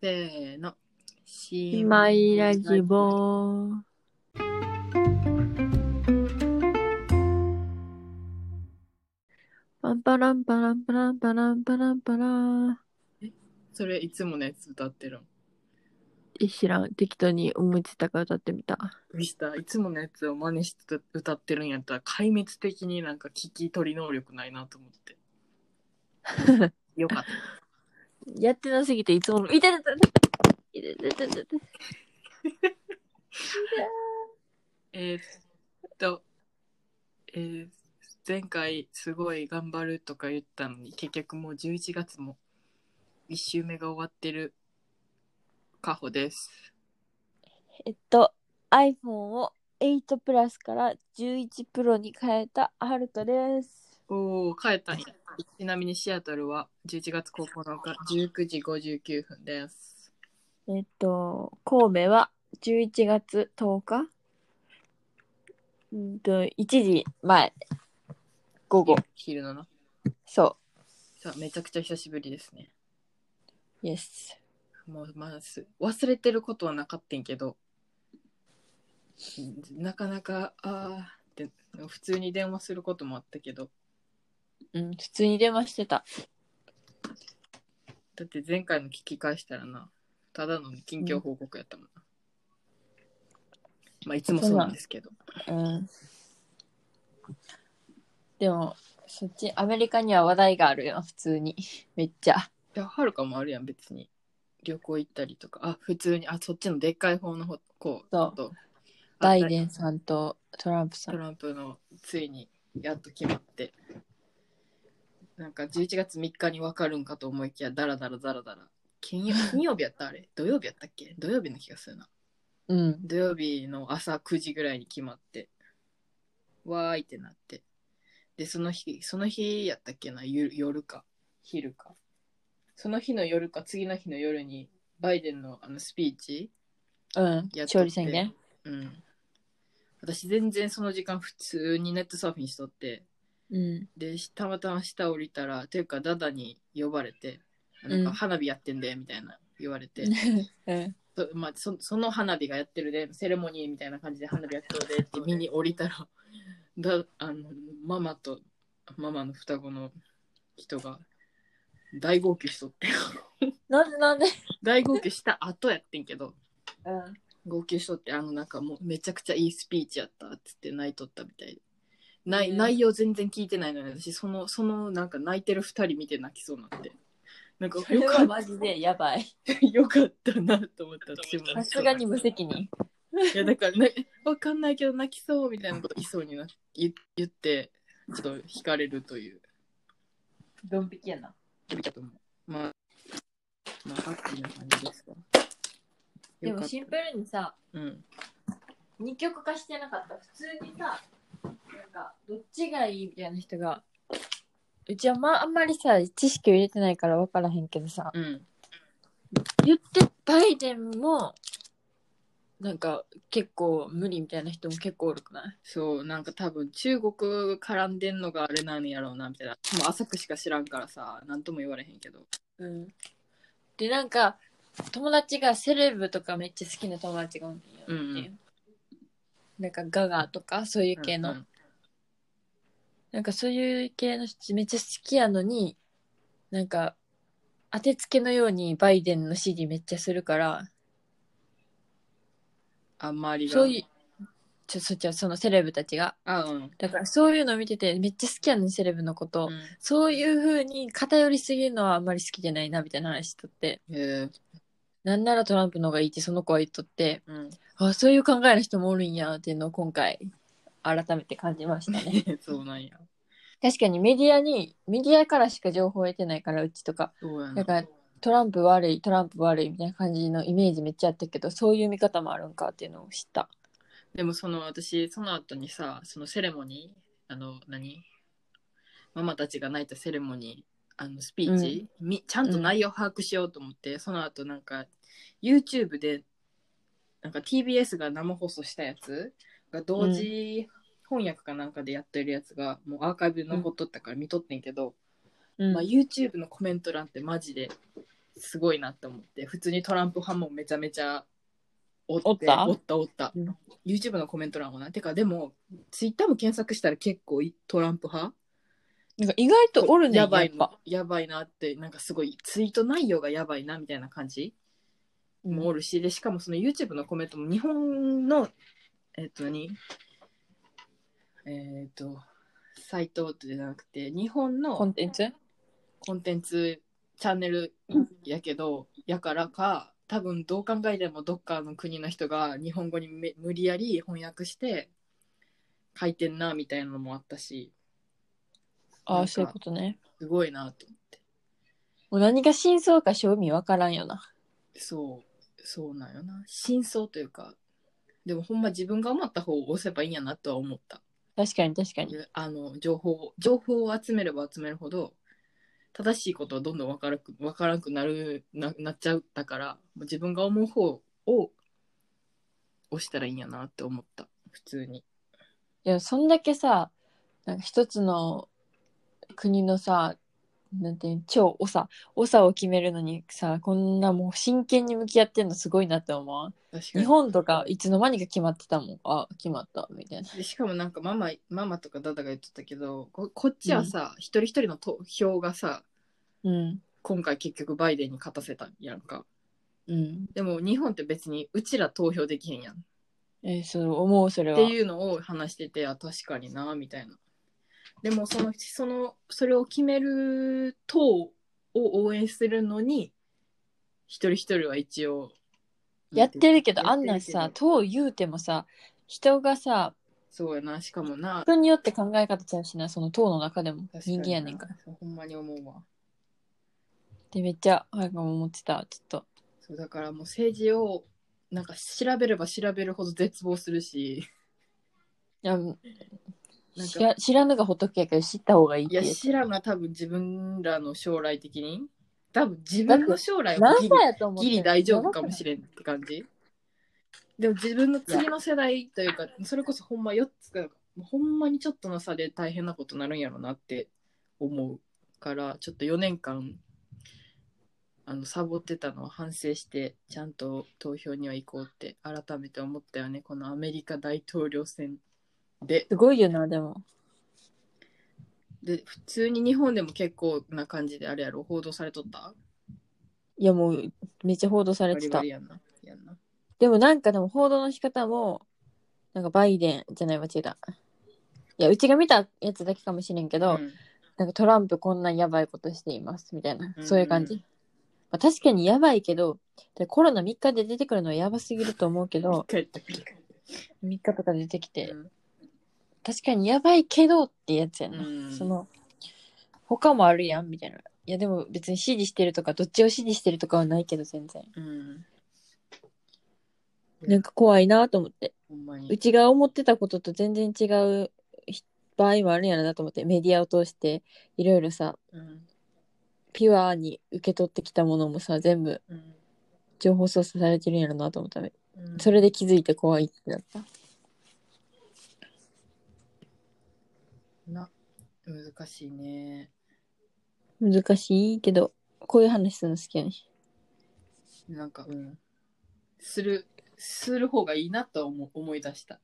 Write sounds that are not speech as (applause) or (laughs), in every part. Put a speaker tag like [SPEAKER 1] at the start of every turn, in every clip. [SPEAKER 1] せーの。
[SPEAKER 2] 姉
[SPEAKER 1] し
[SPEAKER 2] 妹ラジボパンパランパランパランパランパランパラン。
[SPEAKER 1] それいつものやつ歌ってる
[SPEAKER 2] え、知らん。適当に思いついたから歌ってみた。
[SPEAKER 1] の。ミスター、いつものやつを真似して歌ってるんやったら、壊滅的になんか聞き取り能力ないなと思って。
[SPEAKER 2] (laughs)
[SPEAKER 1] よかった。
[SPEAKER 2] やってなすぎていつもの。いたたたいたたたたた
[SPEAKER 1] えーっと、えー前回すごい頑張るとか言ったのに、結局もう11月も1週目が終わってるカホです。
[SPEAKER 2] えっと、iPhone を8プラスから11プロに変えたハルトです。
[SPEAKER 1] おお、帰ったんや。ちなみにシアトルは11月9日19時59分です。
[SPEAKER 2] えっと、神戸は11月10日うんと、1時前、午後。
[SPEAKER 1] 昼のな。
[SPEAKER 2] そ
[SPEAKER 1] そう、めちゃくちゃ久しぶりですね。
[SPEAKER 2] う、yes。
[SPEAKER 1] もうまず忘れてることはなかったんけど、なかなか、あーって、普通に電話することもあったけど、
[SPEAKER 2] うん、普通に電話してた。
[SPEAKER 1] だって前回の聞き返したらな、ただの近況報告やったもんな。まあ、いつもそうなんですけど。
[SPEAKER 2] うん。でも、そっち、アメリカには話題があるよ、普通に。めっちゃ。
[SPEAKER 1] いや、はるかもあるやん、別に。旅行行ったりとか、あ、普通に、あ、そっちのでっかい方の方、こう、
[SPEAKER 2] そう
[SPEAKER 1] とあ
[SPEAKER 2] バイデンさんとトランプさ
[SPEAKER 1] ト
[SPEAKER 2] ん。
[SPEAKER 1] ランプのついにやっと決まってなんか11月3日に分かるんかと思いきやダラダラダラダラ金
[SPEAKER 2] (laughs)
[SPEAKER 1] 曜金曜日やったあれ土曜日やったっけ土曜日の気がするな
[SPEAKER 2] うん。
[SPEAKER 1] 土曜日の朝9時ぐらいに決まってわーいってなってでその日その日やったっけなゆ夜か昼かその日の夜か次の日の夜にバイデンのあのスピーチ
[SPEAKER 2] うん。
[SPEAKER 1] やっとって
[SPEAKER 2] 勝利宣言
[SPEAKER 1] うん私全然その時間普通にネットサーフィンしとって
[SPEAKER 2] うん。
[SPEAKER 1] でしたまたま下降りたらていうかダダに呼ばれて「なん
[SPEAKER 2] う
[SPEAKER 1] か
[SPEAKER 2] ん
[SPEAKER 1] 花火やってんで」みたいな言われて、
[SPEAKER 2] (laughs) うん。
[SPEAKER 1] そまあ、そその花火がやってるでセレモニーみたいな感じで花火やってるでって見に降りたら (laughs) だあのママとママの双子の人が大号泣しとって (laughs)
[SPEAKER 2] なんでなんで
[SPEAKER 1] 大号泣した後やってんけど
[SPEAKER 2] うん。
[SPEAKER 1] 号泣しとってあのなんかもうめちゃくちゃいいスピーチやったっつって泣いとったみたいで。ない
[SPEAKER 2] うん
[SPEAKER 1] 内容全然聞いてないのに私そのそのなんか泣いてる二人見て泣きそうになってなんか
[SPEAKER 2] そ
[SPEAKER 1] よ
[SPEAKER 2] れ
[SPEAKER 1] か
[SPEAKER 2] は
[SPEAKER 1] っ
[SPEAKER 2] マジでやばい。
[SPEAKER 1] たよかったなと思った私も
[SPEAKER 2] さすがに無責任。
[SPEAKER 1] いやだからなわかんないけど泣きそうみたいなこと言いそうにな言言ってちょっと惹かれるという
[SPEAKER 2] ドン引きやな。
[SPEAKER 1] まあまあハッピーな感じですか
[SPEAKER 2] で
[SPEAKER 1] よ
[SPEAKER 2] も
[SPEAKER 1] かっ
[SPEAKER 2] シンプルにさ、
[SPEAKER 1] たうん
[SPEAKER 2] 二極化してなかった。普通にさ、なんか、どっちがいいみたいな人が、うちはまあ、あんまりさ、知識を入れてないから分からへんけどさ、
[SPEAKER 1] うん
[SPEAKER 2] 言って、バイデンも、なんか、結構無理みたいな人も結構おるくない
[SPEAKER 1] そうなんか多分中国絡んでんのがあれなんやろうなみたいなもう浅くしか知らんからさ何とも言われへんけど
[SPEAKER 2] うん。で、なんか、友達がセレブとかめっちゃ好きな友達がおるんよっていう。なんか、ガガとか、そういう系の。
[SPEAKER 1] うんうん
[SPEAKER 2] なんかそういう系の人めっちゃ好きやのになんか当てつけのようにバイデンの支持めっちゃするから
[SPEAKER 1] あんまりが
[SPEAKER 2] そういうちょそちょそのセレブたちが
[SPEAKER 1] あうん、
[SPEAKER 2] だからそういうの見ててめっちゃ好きやのにセレブのこと、
[SPEAKER 1] うん、
[SPEAKER 2] そういう風に偏りすぎるのはあんまり好きじゃないなみたいな話しとって
[SPEAKER 1] え
[SPEAKER 2] なんならトランプの方がいいってその子は言っとって (laughs)
[SPEAKER 1] うん (laughs)
[SPEAKER 2] あそういう考えの人もおるんやっていうのを今回改めて感じました
[SPEAKER 1] (laughs)
[SPEAKER 2] ね
[SPEAKER 1] そうなんや
[SPEAKER 2] 確かにメディアにメディアからしか情報を得てないからうちとか
[SPEAKER 1] そうやな
[SPEAKER 2] なんかトランプ悪いトランプ悪いみたいな感じのイメージめっちゃあったけどそういう見方もあるんかっていうのを知った。
[SPEAKER 1] でもその私その後にさそのセレモニーあの何ママたちが泣いたセレモニーあのスピーチ、みちゃんと内容把握しようと思って、その後なんか YouTube でなんか TBS が生放送したやつが同時翻訳かなんかでやってるやつが、もうアーカイブに残っとったから見とってんけど、
[SPEAKER 2] うん
[SPEAKER 1] まあ、YouTube のコメント欄ってマジですごいなって思って普通にトランプ派もめちゃめちゃおって
[SPEAKER 2] おった
[SPEAKER 1] おったおった
[SPEAKER 2] うん
[SPEAKER 1] YouTube のコメント欄はなてかでも Twitter も検索したら結構いトランプ派
[SPEAKER 2] なんか意外とおるね
[SPEAKER 1] やば
[SPEAKER 2] や
[SPEAKER 1] い
[SPEAKER 2] っ
[SPEAKER 1] の
[SPEAKER 2] ぱ
[SPEAKER 1] やばいなってなんかすごいツイート内容がやばいなみたいな感じもおるしでしかもその YouTube のコメントも日本のえっと何えっとサイトじゃなくて日本の
[SPEAKER 2] コンテンツ
[SPEAKER 1] コンテンツチャンネルやけどやからか多分どう考えてもどっかの国の人が日本語にめ無理やり翻訳して書いてんなみたいなのもあったし
[SPEAKER 2] あ
[SPEAKER 1] なん
[SPEAKER 2] あ
[SPEAKER 1] か
[SPEAKER 2] そういうことね
[SPEAKER 1] すごいなと思って
[SPEAKER 2] もう何が真相か正味わからんよな
[SPEAKER 1] そうそうなんよな真相というかでもほんま自分が思った方を押せばいいんやなとは思った
[SPEAKER 2] 確かに確かに
[SPEAKER 1] あの情報を情報を集めれば集めるほど正しいことはどんどん分からく分からなくなるななっちゃったからもう自分が思う方を押したらいいんやなって思った普通に
[SPEAKER 2] いやそんだけさなんか一つの国のさなんていうの超長長を決めるのにさこんなもう真剣に向き合ってんのすごいなって思う
[SPEAKER 1] 確かに
[SPEAKER 2] 日本とかいつの間にか決まってたもんあ決まったみたいな
[SPEAKER 1] でしかもなんかママママとかダダが言ってたけどここっちはさ、一人一人の投票がさ
[SPEAKER 2] うん
[SPEAKER 1] 今回結局バイデンに勝たせたやんか
[SPEAKER 2] うん
[SPEAKER 1] でも日本って別にうちら投票できへんやんっ
[SPEAKER 2] えーそう思うそれは
[SPEAKER 1] ていうのを話しててあ確かになみたいなでもそのそのそれを決める党を応援するのに一人一人は一応
[SPEAKER 2] やってるけど
[SPEAKER 1] や
[SPEAKER 2] あ
[SPEAKER 1] ってるけど
[SPEAKER 2] んなんさ党言うてもさ人がさ
[SPEAKER 1] そうやなしかもな
[SPEAKER 2] 人によって考え方ちゃうしなその党の中でも
[SPEAKER 1] 確かに
[SPEAKER 2] 人
[SPEAKER 1] な
[SPEAKER 2] 間やねんから
[SPEAKER 1] そうほんまに思うわ
[SPEAKER 2] でめっちゃ早くも思ってたちょっと
[SPEAKER 1] そうだからもう政治をなんか調べれば調べるほど絶望するし
[SPEAKER 2] いや
[SPEAKER 1] なん
[SPEAKER 2] 知
[SPEAKER 1] から
[SPEAKER 2] 知らぬが仏やけど知った方がいいっ
[SPEAKER 1] い
[SPEAKER 2] て
[SPEAKER 1] や
[SPEAKER 2] いう
[SPEAKER 1] 知らんが多分自分らの将来的に多分自分の将来を
[SPEAKER 2] 何
[SPEAKER 1] ギリ
[SPEAKER 2] 歳やと思って
[SPEAKER 1] ギリ大丈夫かもしれんって感じでも自分の次の世代というかそれこそほんま4つかほんまにちょっとの差で大変なことになるんやろなって思うからちょっと4年間あのサボってたのは反省してちゃんと投票には行こうって改めて思ったよねこのアメリカ大統領選です
[SPEAKER 2] ごいよなでも
[SPEAKER 1] で普通に日本でも結構な感じであれやろ報道されとった
[SPEAKER 2] いやもうめっちゃ報道され
[SPEAKER 1] バ
[SPEAKER 2] て
[SPEAKER 1] リ
[SPEAKER 2] た
[SPEAKER 1] バリやんなやんな
[SPEAKER 2] でもなんかでも報道の仕方もなんかバイデンじゃない間違えたいやうちが見たやつだけかもしれんけど、
[SPEAKER 1] うん
[SPEAKER 2] なんかトランプこんなやばいことしていますみたいな、
[SPEAKER 1] うん
[SPEAKER 2] そういう感じ、まあ、確かにやばいけどでコロナ3日で出てくるのはやばすぎると思うけ
[SPEAKER 1] 一
[SPEAKER 2] ど
[SPEAKER 1] 回言ったっけ
[SPEAKER 2] 3日とか出てきて、
[SPEAKER 1] うん
[SPEAKER 2] 確かにやばいけどってやつやな、
[SPEAKER 1] うん
[SPEAKER 2] その他もあるやんみたいないやでも別に支持してるとかどっちを支持してるとかはないけど全然
[SPEAKER 1] うん
[SPEAKER 2] なんか怖いなと思って
[SPEAKER 1] ほんまに
[SPEAKER 2] うちが思ってたことと全然違うひ場合もあるんやろなと思ってメディアを通していろいろさ
[SPEAKER 1] うん
[SPEAKER 2] ピュアに受け取ってきたものもさ全部
[SPEAKER 1] うん
[SPEAKER 2] 情報操作されてるんやろなと思っため
[SPEAKER 1] うん
[SPEAKER 2] それで気づいて怖いってなった
[SPEAKER 1] な難しいね
[SPEAKER 2] 難しいけどこういう話するの好きやね
[SPEAKER 1] なんかうんするする方がいいなと思思い出した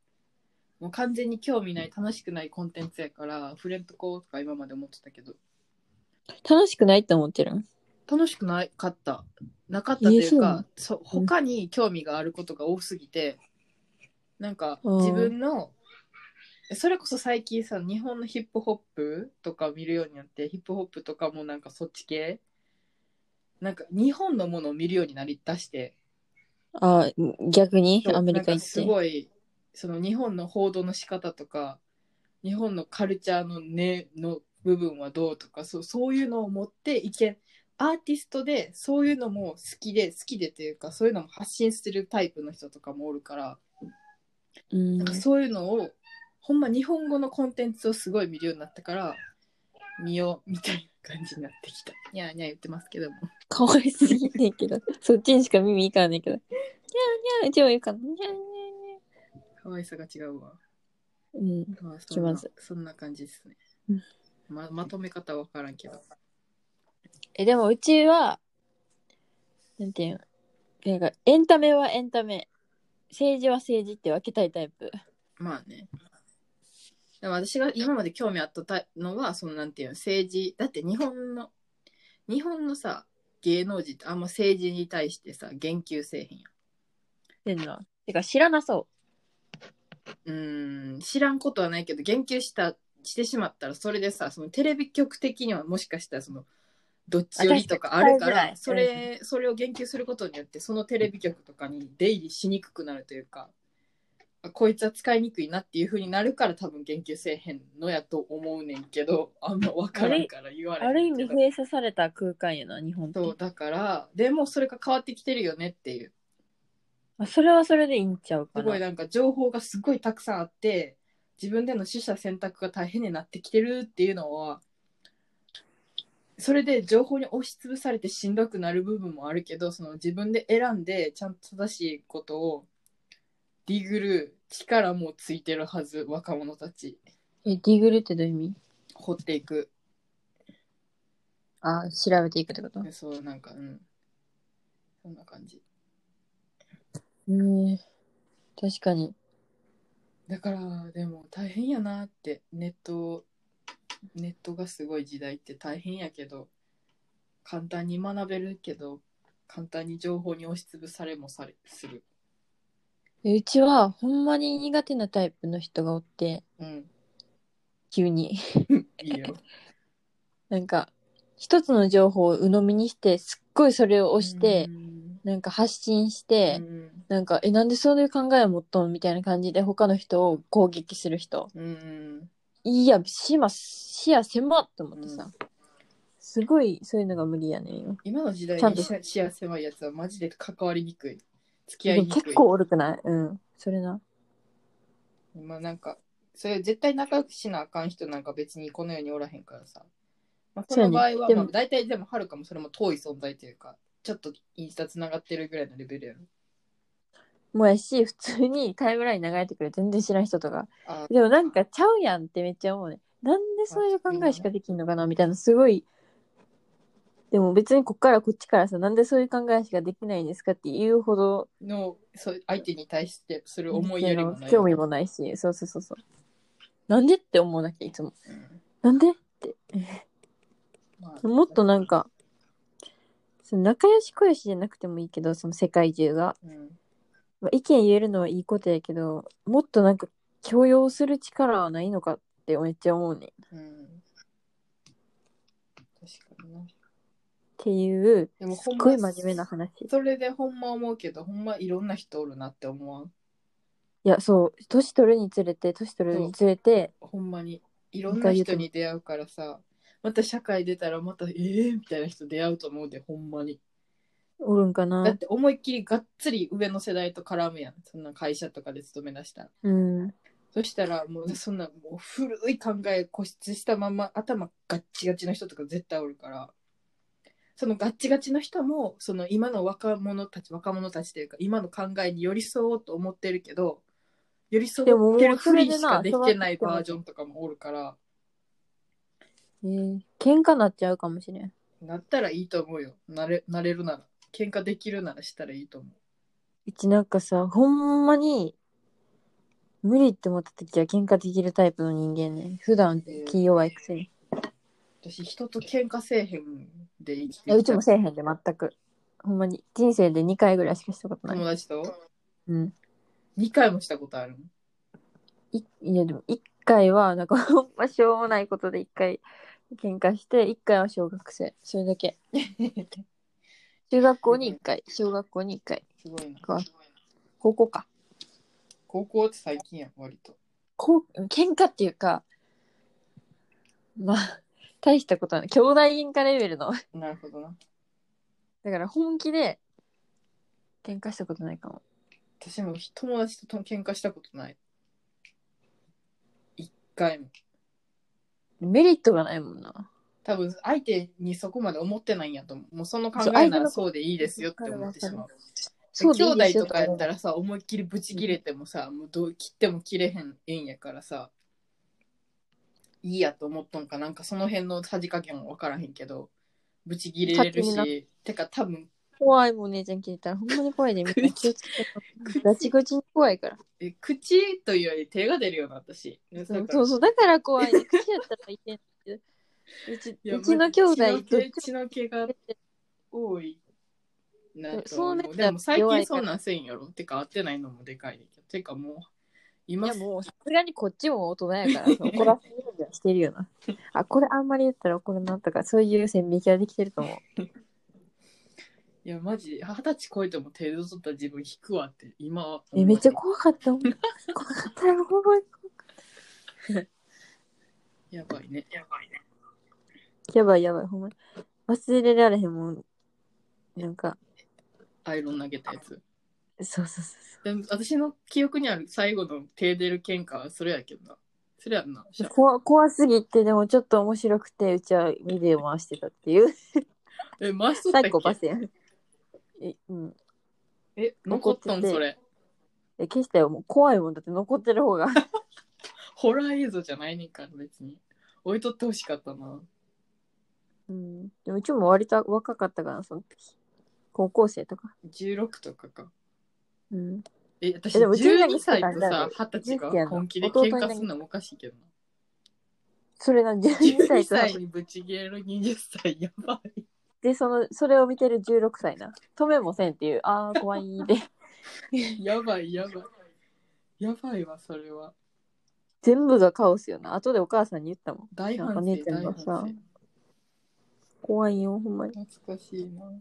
[SPEAKER 1] もう完全に興味ない楽しくないコンテンツやから触れんとこうとか今まで思ってたけど
[SPEAKER 2] 楽しくないって思ってるん
[SPEAKER 1] 楽しくなかったなかったと
[SPEAKER 2] え
[SPEAKER 1] い
[SPEAKER 2] そううな
[SPEAKER 1] か
[SPEAKER 2] の
[SPEAKER 1] そ他に興味があることが多すぎてなんか
[SPEAKER 2] うん
[SPEAKER 1] 自分のそれこそ最近さ日本のヒップホップとかを見るようになってヒップホップとかもなんかそっち系なんか日本のものを見るようになりだして
[SPEAKER 2] あ逆に
[SPEAKER 1] そう
[SPEAKER 2] アメリカ
[SPEAKER 1] なん
[SPEAKER 2] 行
[SPEAKER 1] か
[SPEAKER 2] って
[SPEAKER 1] すごいその日本の報道の仕方とか日本のカルチャーの根の部分はどうとかそうそういうのを持っていけアーティストでそういうのも好きで好きでというかそういうのも発信するタイプの人とかもおるから
[SPEAKER 2] うん
[SPEAKER 1] なんかそういうのをほんま日本語のコンテンツをすごい見るようになったから見ようみたいな感じになってきたにゃーにゃー言ってますけども
[SPEAKER 2] かわいすぎねんけど。そっちにしか耳いかんねんけど。にゃーにゃー、うちも言うかな。にゃーにゃ
[SPEAKER 1] 可愛さが違うわ
[SPEAKER 2] ーにゃー。うん。
[SPEAKER 1] まあそんな
[SPEAKER 2] 気まず
[SPEAKER 1] そんな感じですね
[SPEAKER 2] うん
[SPEAKER 1] ままとめ方わからんけど
[SPEAKER 2] え、でもうちは、なんていうのなんかエンタメはエンタメ政治は政治って分けたいタイプ
[SPEAKER 1] まあね。でも私が今まで興味あったたのは、そのなんていうの、政治、だって日本の、日本のさ、芸能人ってあんま政治に対してさ、言及せえへんやん。
[SPEAKER 2] てんなてか知らなそう
[SPEAKER 1] ーん、知らんことはないけど、言及した、してしまったら、それでさ、そのテレビ局的にはもしかしたら、その、どっちよりとかあるか
[SPEAKER 2] あ確かに伝えづら
[SPEAKER 1] ら、
[SPEAKER 2] い
[SPEAKER 1] それ、それを言及することによって、そのテレビ局とかに出入りしにくくなるというか、あこいつは使いにくいなっていうふうになるから多分言及せえへんのやと思うねんけど、あんま分からんから言われ
[SPEAKER 2] ある
[SPEAKER 1] へ
[SPEAKER 2] 意
[SPEAKER 1] んけ
[SPEAKER 2] 味
[SPEAKER 1] ど
[SPEAKER 2] 閉鎖された空間やな日本って
[SPEAKER 1] そう、だから、でもそれが変わってきてるよねっていう。
[SPEAKER 2] まあ、それはそれでいいんちゃうか
[SPEAKER 1] すごい
[SPEAKER 2] な
[SPEAKER 1] なんか情報がすごいたくさんあって自分での取捨選択が大変になってきてるっていうのはそれで情報に押しつぶされてしんどくなる部分もあるけどその自分で選んでちゃんと正しいことをディグる力もついてるはず若者たち
[SPEAKER 2] えディグルってどういう意味
[SPEAKER 1] 掘っていく
[SPEAKER 2] あ調べていくってこと
[SPEAKER 1] そうなんかうんそんな感じ
[SPEAKER 2] うん確かに
[SPEAKER 1] だからでも大変やなってネットネットがすごい時代って大変やけど簡単に学べるけど簡単に情報に押しつぶされもされする
[SPEAKER 2] えうちはほんまに苦手なタイプの人がおって
[SPEAKER 1] うん
[SPEAKER 2] 急に (laughs)
[SPEAKER 1] いいよ
[SPEAKER 2] なんか一つの情報を鵜呑みにしてすっごいそれを押して
[SPEAKER 1] う、ん
[SPEAKER 2] なんか発信して、
[SPEAKER 1] うん
[SPEAKER 2] なんか、え、なんでそういう考えを持っとんみたいな感じで他の人を攻撃する人。
[SPEAKER 1] うん
[SPEAKER 2] いや、視野、視野狭っと思ってさ、
[SPEAKER 1] うん
[SPEAKER 2] すごいそういうのが無理やねんよ。
[SPEAKER 1] 今の時代
[SPEAKER 2] ちゃん
[SPEAKER 1] に
[SPEAKER 2] と
[SPEAKER 1] ししや狭いやつはマジで関わりにくい付き合
[SPEAKER 2] で
[SPEAKER 1] い
[SPEAKER 2] も
[SPEAKER 1] にく
[SPEAKER 2] 結
[SPEAKER 1] い
[SPEAKER 2] 構おるくないうん。それな。
[SPEAKER 1] まあなんかそれ絶対仲良くしなあかん人なんか別にこの世におらへんからさ、まあ、そ
[SPEAKER 2] そうや
[SPEAKER 1] の
[SPEAKER 2] ね
[SPEAKER 1] 場合は
[SPEAKER 2] で
[SPEAKER 1] まあ
[SPEAKER 2] も
[SPEAKER 1] 大体でもはるかもそれも遠い存在というかちょっとインスタつながってるぐらいのレベルやろ
[SPEAKER 2] もうやし、普通にタイムライン流れてくる全然知らん人とか。
[SPEAKER 1] あ
[SPEAKER 2] でもなんかちゃうやんってめっちゃ思うね。なんでそういう考えしかできんのかなみたいな、すごい。でも別にこっからこっちからさ、なんでそういう考えしかできないんですかっていうほど、
[SPEAKER 1] のそう相手に対してする思いよりもない
[SPEAKER 2] 興味もないし、そうそうそうそう。なんでって思うだけ、いつも。
[SPEAKER 1] うん
[SPEAKER 2] なんで
[SPEAKER 1] まあ
[SPEAKER 2] もっとなんか、その仲良し小良しじゃなくてもいいけど、その世界中が。
[SPEAKER 1] うん
[SPEAKER 2] まあ、意見言えるのはいいことやけど、もっとなんか許容する力はないのかってめっちゃ思うね。っ
[SPEAKER 1] うん確かにな
[SPEAKER 2] ていう、
[SPEAKER 1] でも
[SPEAKER 2] す
[SPEAKER 1] ほ
[SPEAKER 2] っ
[SPEAKER 1] んま
[SPEAKER 2] ごい真面目な話。い
[SPEAKER 1] それでほんま思うけどほんまいろんな人おるなって思わん
[SPEAKER 2] や、そう、年取るにつれて、年取るにつれて、
[SPEAKER 1] ほんまにいろんな人に出会うからさまた社会出たらまたええみたいな人出会うと思うでほんまに
[SPEAKER 2] おるんか
[SPEAKER 1] だっ
[SPEAKER 2] な。
[SPEAKER 1] て思いっきりがっつり上の世代と絡むやんそんな会社とかで勤め出したら
[SPEAKER 2] うん。
[SPEAKER 1] そしたらもうそんなもう古い考え固執したまま頭ガッチガチの人とか絶対おるからそのガッチガチの人もその今の若者たち若者たちというか今の考えに寄り添おうと思ってるけど寄り添
[SPEAKER 2] でも
[SPEAKER 1] ってる
[SPEAKER 2] もうそれ
[SPEAKER 1] ふり
[SPEAKER 2] で
[SPEAKER 1] し
[SPEAKER 2] な
[SPEAKER 1] かできてないバージョンとかもおるから
[SPEAKER 2] えー、喧嘩なっちゃうかもしれん。
[SPEAKER 1] なったらいいと思うよなれなれるなら喧嘩できるならしたらいいと思
[SPEAKER 2] うちなんかさ、ほんまに、無理って思った時は喧嘩できるタイプの人間ね。普段気弱いくせに。
[SPEAKER 1] う私人と喧嘩せえへんで生きて
[SPEAKER 2] えうちもせえへ
[SPEAKER 1] ん
[SPEAKER 2] んで全くほんまに人生で2回ぐらいしかしたことない
[SPEAKER 1] 友、達と
[SPEAKER 2] うん、
[SPEAKER 1] 2回もしたことあるもん (laughs)
[SPEAKER 2] いいやでも1回はなんか (laughs) ほんましょうもないことで1回喧嘩して1回は小学生それだけ中学校に1回小学校に1回
[SPEAKER 1] すごいな
[SPEAKER 2] か高校か
[SPEAKER 1] 高校って最近やん割と
[SPEAKER 2] こう喧嘩っていうかまあ (laughs) 大したことはない兄弟喧嘩レベルの
[SPEAKER 1] なるほどな
[SPEAKER 2] だから本気で喧嘩したことないかも
[SPEAKER 1] 私も友達と喧嘩したことない一回も
[SPEAKER 2] メリットがないもんな
[SPEAKER 1] 多分相手にそこまで思ってないんやと思うもうその考
[SPEAKER 2] そう
[SPEAKER 1] え
[SPEAKER 2] 相
[SPEAKER 1] な
[SPEAKER 2] 手
[SPEAKER 1] ら
[SPEAKER 2] の
[SPEAKER 1] そうでいいですよって思ってしまう
[SPEAKER 2] そうで
[SPEAKER 1] 兄
[SPEAKER 2] いいです
[SPEAKER 1] 弟
[SPEAKER 2] よ
[SPEAKER 1] とかやった
[SPEAKER 2] ら
[SPEAKER 1] らさ思いっきりブチ切れてもさもうどう切っても切れへんえんやからさいいやと思っとんかなんかその辺のさじ加減も分からへんけどブチ切れれる
[SPEAKER 2] 勝手
[SPEAKER 1] してか多分
[SPEAKER 2] 怖いもん、お姉ちゃん聞いたら。ほんまに怖いで、みんな気をつけて。ガチガチに怖いから。
[SPEAKER 1] え口というより手が出るような私。だか
[SPEAKER 2] そ
[SPEAKER 1] ら
[SPEAKER 2] うそうそう、だから怖いね。口やったらいけんけどうち
[SPEAKER 1] いや
[SPEAKER 2] うちの兄弟
[SPEAKER 1] まあ血
[SPEAKER 2] ど
[SPEAKER 1] の気
[SPEAKER 2] っ
[SPEAKER 1] 血の気が多いなと
[SPEAKER 2] そう
[SPEAKER 1] 思
[SPEAKER 2] め
[SPEAKER 1] う。
[SPEAKER 2] っちゃ
[SPEAKER 1] でも最
[SPEAKER 2] 弱
[SPEAKER 1] 近
[SPEAKER 2] いか
[SPEAKER 1] そ
[SPEAKER 2] ら
[SPEAKER 1] んなんせんやろ。てか、合ってないのもでかいねんけど。てか、もう、
[SPEAKER 2] い
[SPEAKER 1] 今
[SPEAKER 2] や、もうさすがにこっちも大人やから、怒らせるようにはしてるよな。 (laughs) あ、これあんまり言ったら怒るなとか、そういう線引きはできてると思う。
[SPEAKER 1] いや、マジ、二十歳超えても手で取った自分引くわって、今は思う。
[SPEAKER 2] え、めっちゃ怖かった。ほん (laughs) ま怖かったよ、ほんまに。
[SPEAKER 1] やばいね。やばいね。
[SPEAKER 2] やばいやばい、ほんまに。忘れられへんもん。なんか、
[SPEAKER 1] アイロン投げたやつ。
[SPEAKER 2] そうそうそうそ
[SPEAKER 1] でも私の記憶にある最後の手出る喧嘩はそれやけどな。それやんな。
[SPEAKER 2] う。怖怖すぎて、でもちょっと面白くて、うちはビデオ回してたっていう。
[SPEAKER 1] え、回しとった
[SPEAKER 2] サ
[SPEAKER 1] っけ
[SPEAKER 2] イコパスやん。え、うん。
[SPEAKER 1] え、残っとん
[SPEAKER 2] 残ってて
[SPEAKER 1] それ。
[SPEAKER 2] え、消したよ。もう怖いもんだって残ってる
[SPEAKER 1] (laughs)
[SPEAKER 2] 方が。
[SPEAKER 1] ホラー映像じゃないねんから、別に。置いとってほしかったな。
[SPEAKER 2] うん。でもうちも割と若かったから、その時。高校生とか。
[SPEAKER 1] 16とかか。
[SPEAKER 2] うん。
[SPEAKER 1] え、私
[SPEAKER 2] えでも
[SPEAKER 1] 12歳
[SPEAKER 2] 12
[SPEAKER 1] とさ、20歳が本気で喧嘩するのもおかしいけどな。
[SPEAKER 2] それな、12
[SPEAKER 1] 12
[SPEAKER 2] 歳と
[SPEAKER 1] 歳にぶち切れる20歳、やばい。
[SPEAKER 2] で、その、それを見てる16歳な。止めもせんっていう、あー、怖い
[SPEAKER 1] (laughs)
[SPEAKER 2] で。
[SPEAKER 1] やばい、やばい。やばいわ、それは。
[SPEAKER 2] 全部がカオスよな。後でお母さんに言ったもん。
[SPEAKER 1] 大反
[SPEAKER 2] なんか姉
[SPEAKER 1] 省、
[SPEAKER 2] ちゃん
[SPEAKER 1] 大
[SPEAKER 2] が
[SPEAKER 1] 反
[SPEAKER 2] さ
[SPEAKER 1] 省。
[SPEAKER 2] 怖いよ、ほんまに。
[SPEAKER 1] 懐かしいな。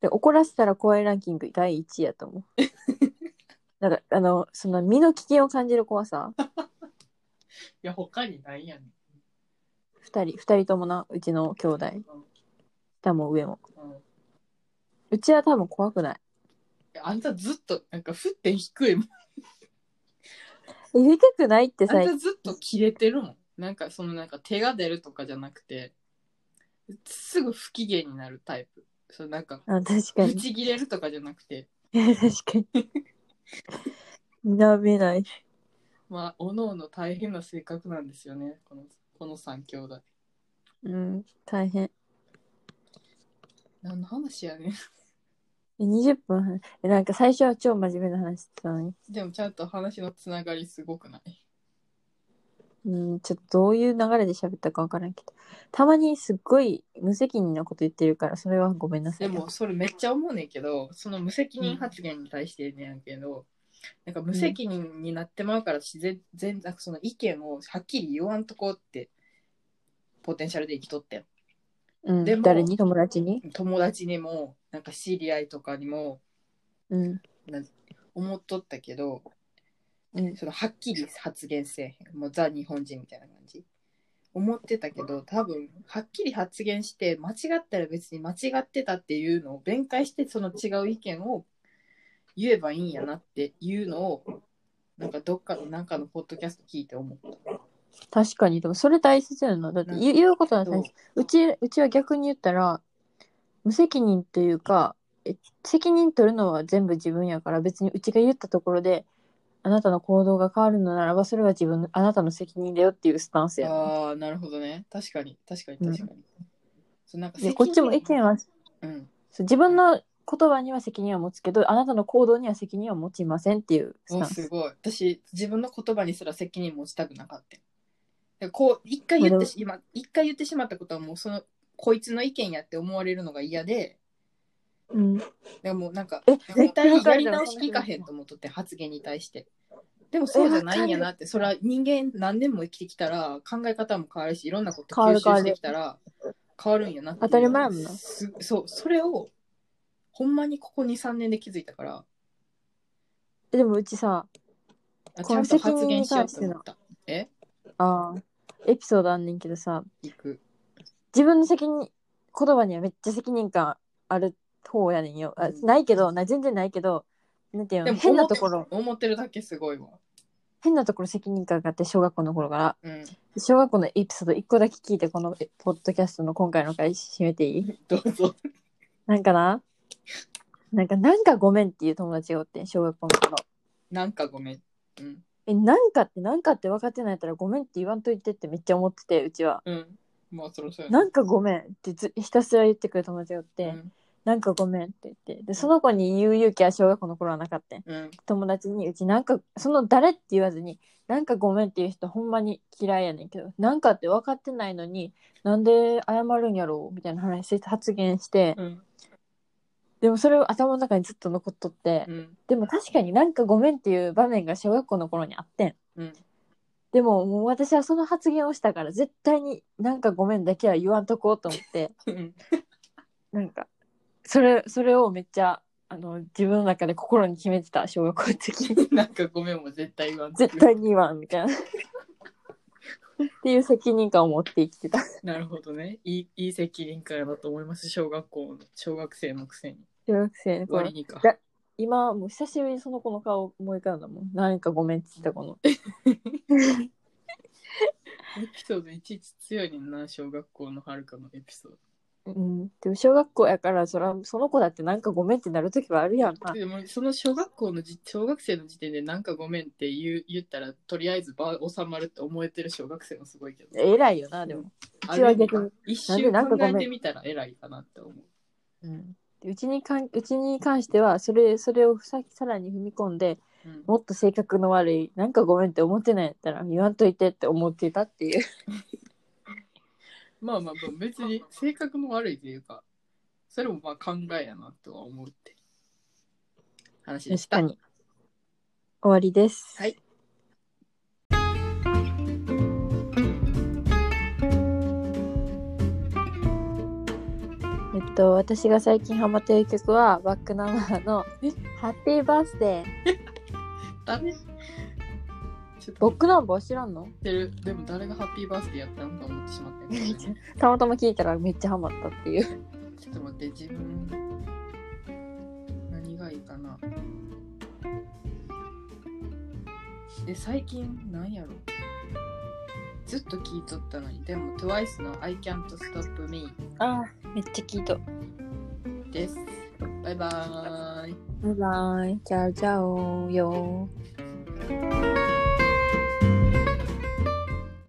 [SPEAKER 2] で、怒らせたら怖いランキング第1位やと思う。
[SPEAKER 1] (laughs)
[SPEAKER 2] なんか、あの、その身の危険を感じる怖さ。
[SPEAKER 1] いや、他にないやねん。
[SPEAKER 2] 二人、二人ともな、うちの兄弟。下も上も。
[SPEAKER 1] うんうん
[SPEAKER 2] うちは多分怖くない。
[SPEAKER 1] あんたずっと、なんか、沸点低いもん。
[SPEAKER 2] え、言いたくないって
[SPEAKER 1] あん
[SPEAKER 2] さ、
[SPEAKER 1] たずっと切れてるもん。なんか、その、なんか、手が出るとかじゃなくて、すぐ不機嫌になるタイプ。そう、なんか、
[SPEAKER 2] あ、確か
[SPEAKER 1] ぶ
[SPEAKER 2] に。
[SPEAKER 1] ち切れるとかじゃなくて、
[SPEAKER 2] 確かに。なめない。
[SPEAKER 1] まあ、おのおの大変な性格なんですよね、この、この3兄弟。
[SPEAKER 2] うん、大変。
[SPEAKER 1] 何の話やねん。
[SPEAKER 2] え20分話えなんか最初は超真面目な話してたのに。
[SPEAKER 1] でも、ちゃんと話のつながりすごくない。
[SPEAKER 2] うん、ちょっとどういう流れで喋ったかわからんけど。たまにすっごい無責任なこと言ってるから、それはごめんなさ
[SPEAKER 1] で
[SPEAKER 2] い。
[SPEAKER 1] も、それめっちゃ思うねんけど、その無責任発言に対してねやんけど、なんか無責任になってまうから、自然、全然、その意見をはっきり言わんとこって、ポテンシャルで生きとってん
[SPEAKER 2] うん、
[SPEAKER 1] でも
[SPEAKER 2] 誰に友達に
[SPEAKER 1] 友達にも、なんか知り合いとかにも、
[SPEAKER 2] うん。
[SPEAKER 1] 思っとったけど、
[SPEAKER 2] うん
[SPEAKER 1] そのはっきり発言せえへんもうザ日本人みたいな感じ思ってたけど多分はっきり発言して間違ったら別に間違ってたっていうのを弁解してその違う意見を言えばいいんやなっていうのをなんかどっかのなんかのポッドキャスト聞いて思った
[SPEAKER 2] 確かに、でもそれ大切やな。だって
[SPEAKER 1] うん
[SPEAKER 2] 言う言うことは
[SPEAKER 1] けど
[SPEAKER 2] 大切。うち、うちは逆に言ったら、無責任というか、え責任取るのは全部自分やから、別にうちが言ったところで、あなたの行動が変わるのならば、それは自分、あなたの責任だよっていうスタンスやな。
[SPEAKER 1] あーなるほどね確かに確かに確かに、そうなんか
[SPEAKER 2] でこっちも意見は
[SPEAKER 1] うん
[SPEAKER 2] そう自分の言葉には責任は持つけどあなたの行動には責任は持ちませんっていうス
[SPEAKER 1] お
[SPEAKER 2] タン
[SPEAKER 1] す
[SPEAKER 2] ス
[SPEAKER 1] ごい私自分の言葉にすら責任持ちたくなかったよでこう一回言ってし今一回言ってしまったことはもうそのこいつの意見やって思われるのが嫌で
[SPEAKER 2] うん
[SPEAKER 1] でもなんか
[SPEAKER 2] え
[SPEAKER 1] 絶対
[SPEAKER 2] 絶対
[SPEAKER 1] やり直し聞かへんと思っとって発言に対してでもそうじゃないんやなってそれは人間何年も生きてきたら考え方も変わるしいろんなこと
[SPEAKER 2] 変わ
[SPEAKER 1] 吸
[SPEAKER 2] る
[SPEAKER 1] 収してきたら変わるんやなっていう
[SPEAKER 2] 当たり前やもんな
[SPEAKER 1] すそうそれをほんまにここ23年で気づいたから
[SPEAKER 2] でもうちさ
[SPEAKER 1] あち
[SPEAKER 2] こ
[SPEAKER 1] ゃ
[SPEAKER 2] の
[SPEAKER 1] んと発言しようと思ったえ
[SPEAKER 2] あーエピソードあんねんけどさ
[SPEAKER 1] いく
[SPEAKER 2] 自分の責任言葉にはめっちゃ責任感ある方やねんよあ
[SPEAKER 1] うん
[SPEAKER 2] ないけどな全然ないけどなんていう
[SPEAKER 1] で
[SPEAKER 2] の
[SPEAKER 1] も
[SPEAKER 2] 変なところ
[SPEAKER 1] 思ってるだけすごいわ。
[SPEAKER 2] 変なところ責任感があって小学校の頃から
[SPEAKER 1] うん。
[SPEAKER 2] 小学校のエピソード1個だけ聞いてこのえポッドキャストの今回の回締めていい
[SPEAKER 1] どうぞ。
[SPEAKER 2] なんかななんかなんかごめんっていう友達がおってん小学校の頃
[SPEAKER 1] なんかごめん。うん。
[SPEAKER 2] え、なんかってなんかって分かってないやったらごめんって言わんといてってめっちゃ思ってて、うちは。
[SPEAKER 1] うん。まあそろそろ。
[SPEAKER 2] なんかごめんってずひたすら言ってくる友達がおって、
[SPEAKER 1] うん
[SPEAKER 2] なんかごめんって言って。で、その子に言う勇気は小学校の頃はなかったん。
[SPEAKER 1] うん。
[SPEAKER 2] 友達にうちなんか、その誰って言わずに、なんかごめんっていう人ほんまに嫌いやねんけど、なんかって分かってないのに、なんで謝るんやろうみたいな話発言して、
[SPEAKER 1] うん。
[SPEAKER 2] でもそれを頭の中にずっと残っとって、
[SPEAKER 1] うん。
[SPEAKER 2] でも確かになんかごめんっていう場面が小学校の頃にあってん。
[SPEAKER 1] うん。
[SPEAKER 2] でももう私はその発言をしたから絶対になんかごめんだけは言わんとこうと思って
[SPEAKER 1] うん。
[SPEAKER 2] なんかそれそれをめっちゃあの自分の中で心に決めてた小学校の時 (laughs)
[SPEAKER 1] なんかごめんも絶対言わんとく
[SPEAKER 2] 絶対に言わんみたいなっていう責任感を持って生きてた
[SPEAKER 1] なるほどね。いい、いい責任感だと思います。小学校の、小学生のくせに。
[SPEAKER 2] 小学生の頃
[SPEAKER 1] 割にか。
[SPEAKER 2] だ今もう久しぶりにその子の顔思い浮かんだもんなんかごめんって言ってたこの
[SPEAKER 1] エピソードいちいち強いねんな、小学校のはるかのエピソー
[SPEAKER 2] うんでも小学校やからそらその子だってなんかごめんってなる時はあるやん
[SPEAKER 1] ド。
[SPEAKER 2] な
[SPEAKER 1] でも、その小学校のじ、小学生の時点でなんかごめんって言う言ったら、とりあえず場収まるって思えてる小学生もすごいけど。
[SPEAKER 2] 偉いよなでもうちは逆に
[SPEAKER 1] 一
[SPEAKER 2] なん
[SPEAKER 1] 周
[SPEAKER 2] でなんかご
[SPEAKER 1] 考
[SPEAKER 2] めん
[SPEAKER 1] えてみたら偉いかなって思う。
[SPEAKER 2] うんでうちにかんうちに関してはそれそれをささらに踏み込んで
[SPEAKER 1] うん
[SPEAKER 2] もっと性格の悪いなんかごめんって思ってないんやったら言わんといてって思ってたっていう
[SPEAKER 1] まあまあまあ別に性格の悪いというかそれもまあ考えやなとは思うって話でし
[SPEAKER 2] (laughs) 確
[SPEAKER 1] た
[SPEAKER 2] かに終わりです、
[SPEAKER 1] はい
[SPEAKER 2] えっと私が最近ハマってる曲はバックナンバーの「ハッピーバースデー (laughs)
[SPEAKER 1] だねちょっ」と
[SPEAKER 2] バックナンバー知らんの
[SPEAKER 1] 知ってるでも誰がハッピーバースデーやったんか思ってしまったよね
[SPEAKER 2] (laughs) たまたま聞いたらめっちゃハマったっていう
[SPEAKER 1] ちょっと待って自分何がいいかなえ最近なんやろずっと聞いとったのにでも TWICE の「I can't stop me
[SPEAKER 2] あめっちゃ聞いた」
[SPEAKER 1] ですバイバーイ
[SPEAKER 2] 拜拜，加油加油！